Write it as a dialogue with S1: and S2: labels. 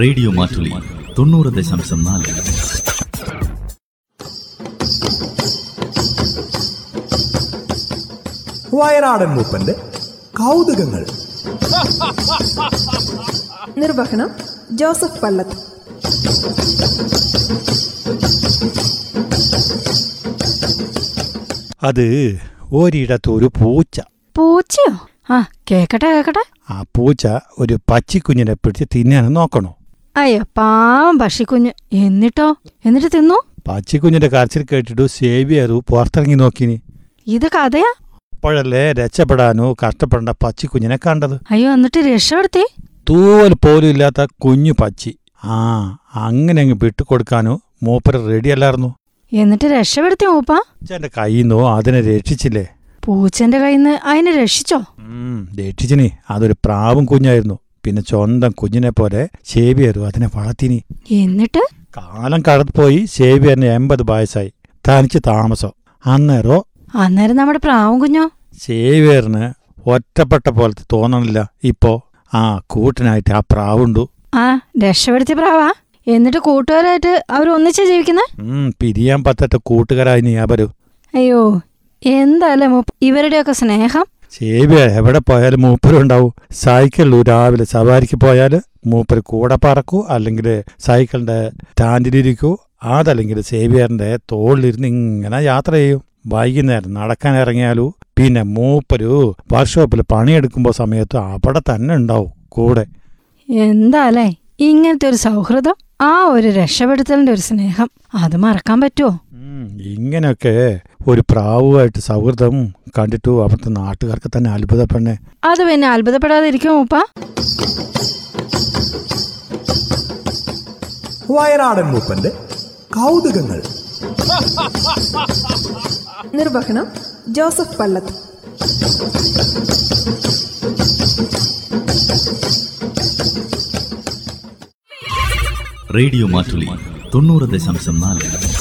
S1: radio Mattoli തൊണ്ണൂറ് ദശാംശം നാല്
S2: വയനാടൻ മൂപ്പന്റെ കൗതുകങ്ങൾ
S3: നിർവഹണം ജോസഫ് പള്ളത്ത്
S4: അത് ഒരിടത്തൊരു പൂച്ച
S5: പൂച്ചയോ ആ കേക്കട്ടെ കേക്കട്ടെ
S4: ആ പൂച്ച ഒരു പച്ചിക്കുഞ്ഞിനെ പിടിച്ച് തിന്നാൻ നോക്കണോ
S5: അയ്യോ പാവം പക്ഷിക്കുഞ്ഞ് എന്നിട്ടോ എന്നിട്ട് തിന്നു
S4: പച്ചിക്കുഞ്ഞിന്റെ കരച്ചിൽ കേട്ടിട്ട് സേവിയറു പുറത്തിറങ്ങി നോക്കിനി
S5: ഇത് കഥയാ
S4: അപ്പോഴല്ലേ രക്ഷപ്പെടാനോ കഷ്ടപ്പെടേണ്ട പച്ചിക്കുഞ്ഞിനെ കണ്ടത്
S5: അയ്യോ എന്നിട്ട് രക്ഷപ്പെടുത്തി
S4: തൂവൽ പോലും ഇല്ലാത്ത കുഞ്ഞു പച്ചി ആ അങ്ങനെ അങ്ങ് വിട്ടുകൊടുക്കാനോ മൂപ്പര റെഡിയല്ലായിരുന്നു
S5: എന്നിട്ട് രക്ഷപ്പെടുത്തി മൂപ്പ
S4: പൂച്ചന്റെ കയ്യിൽ നിന്നോ അതിനെ രക്ഷിച്ചില്ലേ
S5: പൂച്ചന്റെ കയ്യിൽ നിന്ന് അതിനെ രക്ഷിച്ചോ
S4: ഉം, രക്ഷിച്ചിനി അതൊരു പ്രാവും കുഞ്ഞായിരുന്നു പിന്നെ സ്വന്തം കുഞ്ഞിനെ പോലെ സേവിയറു അതിനെ വളർത്തിനി
S5: എന്നിട്ട്
S4: കാലം കടന്നുപോയി സേവിയറിന് എൺപത് വയസ്സായി തനിച്ച് താമസം അന്നേരോ
S5: അന്നേരം നമ്മുടെ പ്രാവും കുഞ്ഞോ
S4: സേവിയറിന് ഒറ്റപ്പെട്ട പോലത്തെ തോന്നണില്ല ഇപ്പോ ആ കൂട്ടിനായിട്ട് ആ പ്രാവുണ്ടു
S5: ആ രക്ഷപ്പെടുത്തിയ പ്രാവാ എന്നിട്ട് കൂട്ടുകാരായിട്ട് അവർ ഒന്നിച്ചാ ജീവിക്കുന്നെ
S4: ഉം, പിരിയാൻ പറ്റാത്ത കൂട്ടുകാരായി നീ അവരു
S5: അയ്യോ എന്താല്ലേ മൂപ്പ ഇവരുടെയൊക്കെ സ്നേഹം
S4: സേവിയർ എവിടെ പോയാലും മൂപ്പരുണ്ടാവും സൈക്കിളിൽ രാവിലെ സവാരിക്ക് പോയാൽ മൂപ്പർ കൂടെ പറക്കൂ അല്ലെങ്കിൽ സൈക്കിളിന്റെ സ്റ്റാൻഡിലിരിക്കൂ അതല്ലെങ്കിൽ സേവിയറിന്റെ തോളിലിരുന്ന് ഇങ്ങനെ യാത്ര ചെയ്യും വൈകുന്നേരം നടക്കാൻ ഇറങ്ങിയാലൂ പിന്നെ മൂപ്പര് വർക്ക്ഷോപ്പിൽ പണിയെടുക്കുമ്പോൾ സമയത്ത് അവിടെ തന്നെ ഉണ്ടാവും കൂടെ
S5: എന്താല്ലേ ഇങ്ങനത്തെ ഒരു സൗഹൃദം ആ ഒരു രക്ഷപ്പെടുത്തലിന്റെ ഒരു സ്നേഹം അത് മറക്കാൻ പറ്റുമോ
S4: ഉം, ഇങ്ങനെയൊക്കെ ഒരു പ്രാവുമായിട്ട് സൗഹൃദം കണ്ടിട്ടു അവിടുത്തെ നാട്ടുകാർക്ക് തന്നെ അത്ഭുതപ്പെടണേ
S5: അത് പിന്നെ അത്ഭുതപ്പെടാതിരിക്കും ഉപ്പ
S2: വയനാടൻ മൂപ്പന്റെ കൗതുകങ്ങൾ
S3: നിർവഹണം ജോസഫ് പള്ളത്ത്
S1: റേഡിയോ മാറ്റുലി തൊണ്ണൂറ് ദശാംശം നാല്